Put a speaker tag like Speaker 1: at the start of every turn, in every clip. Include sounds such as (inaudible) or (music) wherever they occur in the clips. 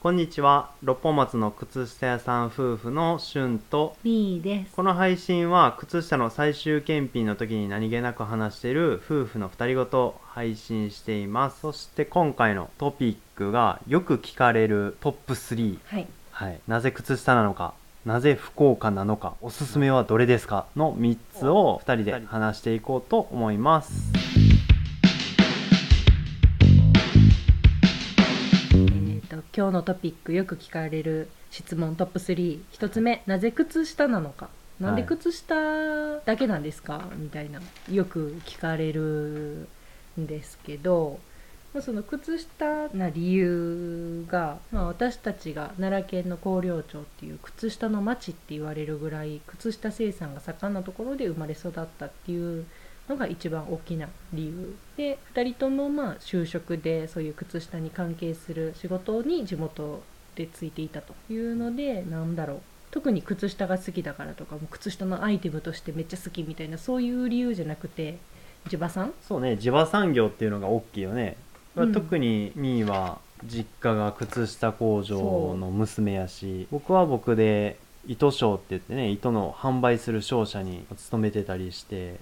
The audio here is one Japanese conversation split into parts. Speaker 1: こんにちは六本松の靴下屋さん夫婦のしゅんと
Speaker 2: みーです。
Speaker 1: この配信は靴下の最終検品の時に何気なく話している夫婦の二人ごとを配信していますそして今回のトピックがよく聞かれるトップ3
Speaker 2: はい。
Speaker 1: はい、なぜ靴下なのかなぜ福岡なのかおすすめはどれですかの3つを2人で話していこうと思います
Speaker 2: えっ、と今日のトピックよく聞かれる質問トップ3。一つ目、なぜ靴下なのか。なんで
Speaker 1: はい
Speaker 2: 靴下だけなんですか、みたいなよく聞かれるんですけど、まあ、その靴下な理由が、まあ、私たちが奈良県の広陵町っていう靴下の町って言われるぐらい靴下生産が盛んなところで生まれ育ったっていうのが一番大きな理由で2人ともまあ就職でそういう靴下に関係する仕事に地元でついていたというのでなんだろう特に靴下が好きだからとかもう靴下のアイテムとしてめっちゃ好きみたいなそういう理由じゃなくて地場産
Speaker 1: そうね地場産業っていうのが大きいよね、
Speaker 2: うん
Speaker 1: 特に2位は実家が靴下工場の娘やし僕は僕で糸商って言ってね糸の販売する商社に勤めてたりして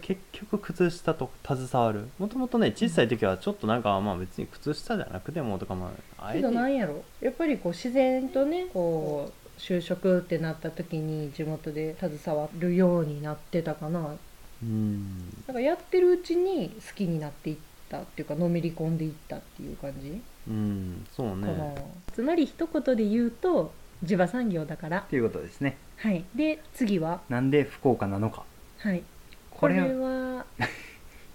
Speaker 1: 結局靴下と携わるもともとね小さい時はちょっとなんかまあ別に靴下じゃなくてもとかまああ
Speaker 2: け
Speaker 1: え
Speaker 2: ど
Speaker 1: て
Speaker 2: なんやろやっぱりこう自然とねこう就職ってなった時に地元で携わるようになってたかな
Speaker 1: うん
Speaker 2: なんかやってるうちに好きになっていったっていうかのめり込んでいったっていう感じ
Speaker 1: うんそう
Speaker 2: かな
Speaker 1: ね
Speaker 2: つまり一言で言うと地場産業だから
Speaker 1: っていうことですね
Speaker 2: はいで次は
Speaker 1: なんで福岡なのか
Speaker 2: はい
Speaker 1: こ
Speaker 2: こ
Speaker 1: れ
Speaker 2: れ
Speaker 1: は
Speaker 2: は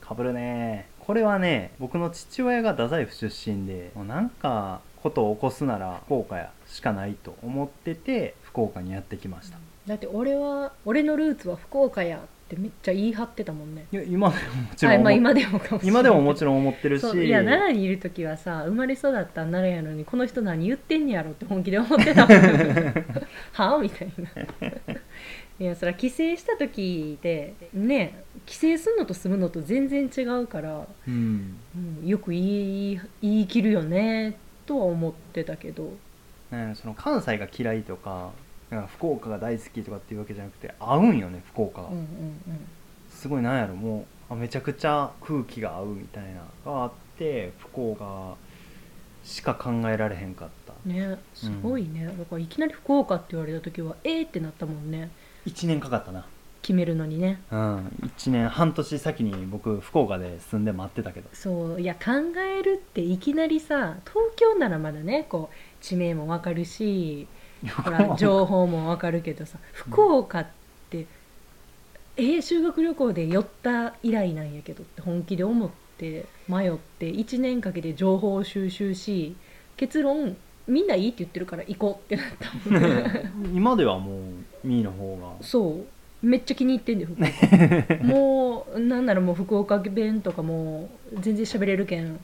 Speaker 1: かぶるねこれはね僕の父親が太宰府出身でもうなんかことを起こすなら福岡やしかないと思ってて福岡にやってきました、
Speaker 2: だって俺は俺のルーツは福岡やってめっちゃ言い張ってたもんね
Speaker 1: いや今でももちろん
Speaker 2: はい
Speaker 1: 思っ、
Speaker 2: まあ今でもかもしれない
Speaker 1: 今でももちろん思ってるし
Speaker 2: そういや奈良にいる時はさ生まれ育った奈良やのにこの人何言ってんねやろって本気で思ってたもん
Speaker 1: (laughs)
Speaker 2: はあみたいないやそら帰省した時でね帰省すんのと住むのと全然違うから、
Speaker 1: うん
Speaker 2: うん、よく言い言い切るよねとは思ってたけど
Speaker 1: ね、その関西が嫌いとかなんか福岡が大好きとかっていうわけじゃなくて合うんよね福岡が、
Speaker 2: うんうん
Speaker 1: すごいなんやろもうあめちゃくちゃ空気が合うみたいなのがあって福岡しか考えられへんかった
Speaker 2: うんねすごいね、だからいきなり福岡って言われた時はえーってなったもんね
Speaker 1: 1年かかったな
Speaker 2: 決めるのにね
Speaker 1: うん1年半年先に僕福岡で住んで待ってたけど
Speaker 2: そういや考えるっていきなりさ東京ならまだねこう地名もわかるしほ
Speaker 1: (laughs)
Speaker 2: ら情報もわかるけどさ福岡って、えー修学旅行で寄った以来なんやけどって本気で思って迷って1年かけて情報を収集し結論みんないいって言ってるから行こうって
Speaker 1: (laughs)
Speaker 2: なったもんね
Speaker 1: 今ではもうミーの方が
Speaker 2: そうめっちゃ気に入ってんだよ
Speaker 1: (laughs)
Speaker 2: 福岡もうなんならもう福岡弁とかもう全然喋れるけん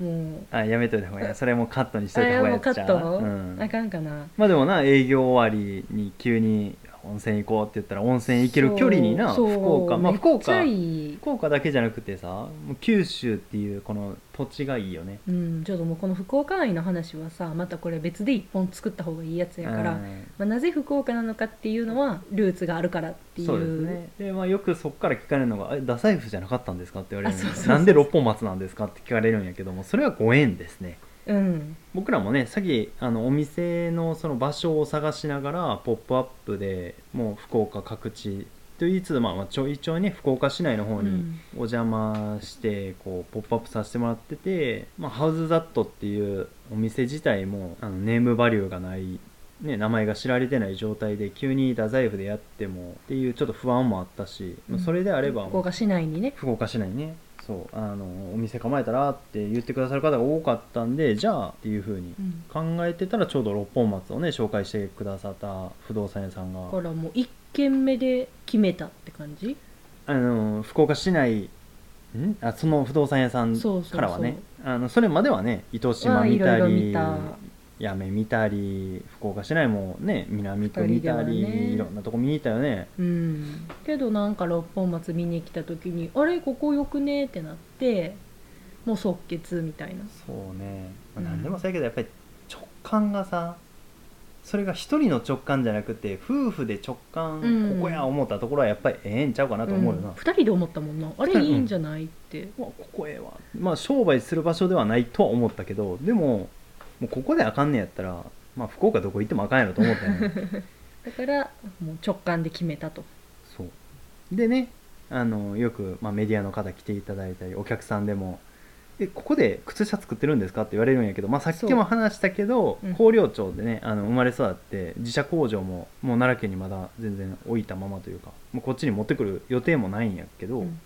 Speaker 2: もう
Speaker 1: あやめといた方がいいそれもうカットにし
Speaker 2: あ
Speaker 1: といた
Speaker 2: れ
Speaker 1: 方がや
Speaker 2: はもう
Speaker 1: っ
Speaker 2: カ
Speaker 1: ち
Speaker 2: ッ
Speaker 1: ゃう
Speaker 2: ト、
Speaker 1: うん
Speaker 2: あかんかな
Speaker 1: まあでもな営業終わりに急に温泉行こうって言ったら温泉行ける距離にな
Speaker 2: そ
Speaker 1: 福
Speaker 2: う
Speaker 1: 岡まあ
Speaker 2: めっ
Speaker 1: 福
Speaker 2: ちゃ
Speaker 1: 岡
Speaker 2: いい
Speaker 1: 福岡だけじゃなくてさもう九州っていうこの土地がいいよね
Speaker 2: うんちょっともうこの福岡愛の話はさまたこれ別で一本作った方がいいやつやから、
Speaker 1: う
Speaker 2: ま
Speaker 1: ん
Speaker 2: あ、なぜ福岡なのかっていうのはルーツがあるからっていう
Speaker 1: そうですねで、まあ、よくそこから聞かれるのが「え太宰府じゃなかったんですか?」って言われるん
Speaker 2: あそう
Speaker 1: で
Speaker 2: そうそう
Speaker 1: すなんで六本松なんですか?」って聞かれるんやけどもそれはご縁ですね
Speaker 2: うん
Speaker 1: 僕らもねさっきあのお店のその場所を探しながら「ポップアップでもう福岡各地と言いつつ、まあまあ、ちょいちょいね福岡市内の方
Speaker 2: う
Speaker 1: に
Speaker 2: ん
Speaker 1: お邪魔してこうポップアップさせてもらってて、まあ、ハウズザットっていうお店自体もあのネームバリューがない、ね、名前が知られてない状態で急に太宰府でやってもっていうちょっと不安もあったし、まあ
Speaker 2: うん
Speaker 1: それであれば
Speaker 2: 福岡市内にね
Speaker 1: 福岡市内にねそうあのお店構えたらって言ってくださる方が多かったんでじゃあっていう風に
Speaker 2: うん
Speaker 1: 考えてたらちょうど六本松をね紹介してくださった不動産屋さん
Speaker 2: だか
Speaker 1: が
Speaker 2: らもう一軒目で決めたって感じ
Speaker 1: あの福岡市内んあその不動産屋さん
Speaker 2: そうそうそう
Speaker 1: からはねあのそれまではね糸島見
Speaker 2: わあ
Speaker 1: た
Speaker 2: いろいろ
Speaker 1: り
Speaker 2: 見た
Speaker 1: 八女見たり福岡市内もね南区見た
Speaker 2: 二人
Speaker 1: り、
Speaker 2: ではね
Speaker 1: いろんなとこ見に行ったよね
Speaker 2: うん、けどなんか六本松見に来た時に「あれここよくね?」ってなってもう即決みたいな
Speaker 1: そうね、
Speaker 2: うん
Speaker 1: まあ、何でもそうやけどやっぱり直感がさそれが一人の直感じゃなくて夫婦で直感、
Speaker 2: うん
Speaker 1: ここや思ったところはやっぱりええんちゃうかなと思うよな、
Speaker 2: 2人で思ったもんなあれい
Speaker 1: 二人
Speaker 2: いんじゃないって
Speaker 1: うわここええわまあ商売する場所ではないとは思ったけどでももうここであかんねやったら、まあ、福岡どこ行ってもあかんやろと思ったよね
Speaker 2: だからもう直感で決めたと
Speaker 1: そうでねあのよく、まあ、メディアの方来ていただいたりお客さんでも「えここで靴下作ってるんですか?」って言われるんやけど、まあ、さっきも話したけど
Speaker 2: そううん
Speaker 1: 広陵町でねあの生まれ育って自社工場ももう奈良県にまだ全然置いたままというかもうこっちに持ってくる予定もないんやけど、
Speaker 2: うん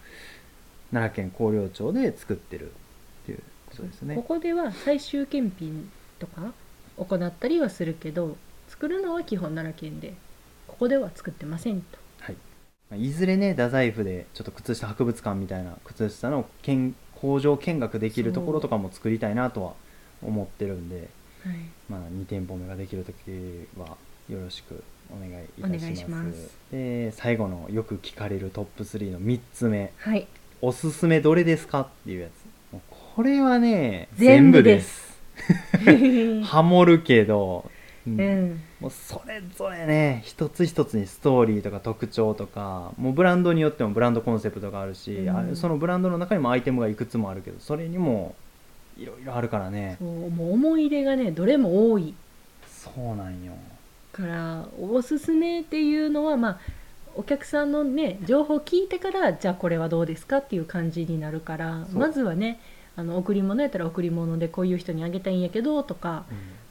Speaker 1: 奈良県広陵町で作ってるっていうことですね
Speaker 2: こ。こでは最終検品とか行ったりはするけど作るのは基本奈良県でここでは作ってませんと
Speaker 1: まあいずれね太宰府でちょっと靴下博物館みたいな靴下の見工場見学できるところとかも作りたいなとは思ってるんで、
Speaker 2: はい、
Speaker 1: まあ、2店舗目ができるときはよろしくお願いいたします
Speaker 2: お願いします
Speaker 1: で最後のよく聞かれるトップ3の3つ目 (laughs)
Speaker 2: はい、
Speaker 1: おすすめどれですかっていうやつもうこれはね
Speaker 2: 全部です
Speaker 1: ハモるけど、うん
Speaker 2: うん
Speaker 1: もうそれぞれね一つ一つにストーリーとか特徴とかもうブランドによってもブランドコンセプトがあるし、
Speaker 2: うん
Speaker 1: あれそのブランドの中にもアイテムがいくつもあるけどそれにもいろいろあるからね
Speaker 2: そうもう思い入れがねどれも多い
Speaker 1: そうなんよ
Speaker 2: からおすすめっていうのはまあお客さんのね情報を聞いてからじゃあこれはどうですかっていう感じになるから
Speaker 1: そう
Speaker 2: まずはねあの贈り物やったら贈り物でこういう人にあげたいんやけどとか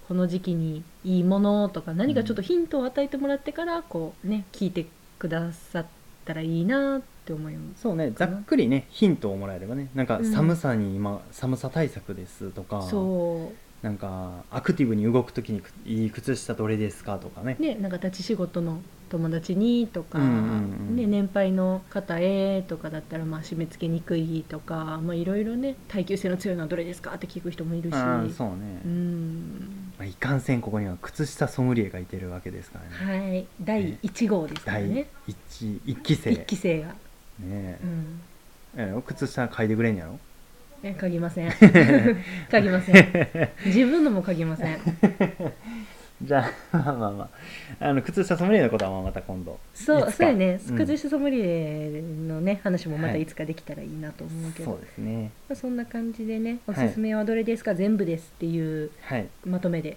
Speaker 2: この時期にいいものとか何かちょっとヒントを与えてもらってからこうね聞いてくださったらいいなって思います。
Speaker 1: そうねざ
Speaker 2: かな
Speaker 1: っくりねヒントをもらえればねなんか
Speaker 2: うん
Speaker 1: 寒さに今、寒さ対策ですとか
Speaker 2: そ
Speaker 1: なんかアクティブに動く時にくいい靴下どれですかとかね
Speaker 2: うねなんか立ち仕事の友達にとか、
Speaker 1: うんうんうん
Speaker 2: ね、年配の方へとかだったらまあ締め付けにくいとかまあいろいろね耐久性の強いのはどれですかって聞く人もいるし
Speaker 1: ああそうね、
Speaker 2: うん
Speaker 1: まあ、いかんせんここには靴下ソムリエがいてるわけですからね、
Speaker 2: はい第1号ですから
Speaker 1: 第
Speaker 2: ね
Speaker 1: 一一期生
Speaker 2: 1期生が、
Speaker 1: ね
Speaker 2: うん、
Speaker 1: ええ靴下嗅いでくれんやろ
Speaker 2: え嗅ぎ
Speaker 1: (laughs)
Speaker 2: ません嗅ぎません自分のも嗅ぎません
Speaker 1: じゃあ (laughs) まあまあまああの靴下ソムリエのことはまあまた今度いつ
Speaker 2: そう
Speaker 1: か
Speaker 2: そうやね
Speaker 1: うん
Speaker 2: 靴下ソムリエのね話もまた
Speaker 1: はい
Speaker 2: いつかできたらいいなと思うけど、
Speaker 1: そうですね
Speaker 2: まあ、そんな感じでねお
Speaker 1: はい
Speaker 2: すすめはどれですか、全部ですっていう
Speaker 1: はい
Speaker 2: まとめで、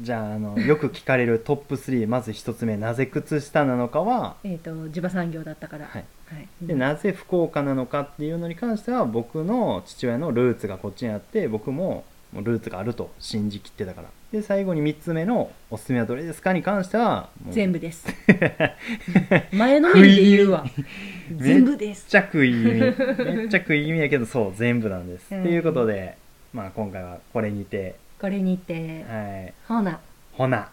Speaker 1: じゃああのよく聞かれるトップ3まず一つ目なぜ靴下なのかは
Speaker 2: えー、と地場産業だったから、
Speaker 1: はい
Speaker 2: はい
Speaker 1: でなぜ福岡なのかっていうのに関しては僕の父親のルーツがこっちにあって僕ももうルーツがあると信じきってたからで最後に3つ目のおすすめはどれですかに関してはもう
Speaker 2: 全部です
Speaker 1: (laughs)
Speaker 2: 前のめりで言うわ
Speaker 1: め
Speaker 2: 全部で
Speaker 1: めっ
Speaker 2: す
Speaker 1: ちゃ食い
Speaker 2: (laughs)
Speaker 1: 意味めっちゃ食い意味やけどそう全部なんです、
Speaker 2: うん
Speaker 1: ということで、まあ、今回はこれにて
Speaker 2: これにて、
Speaker 1: はい
Speaker 2: ほな
Speaker 1: ほな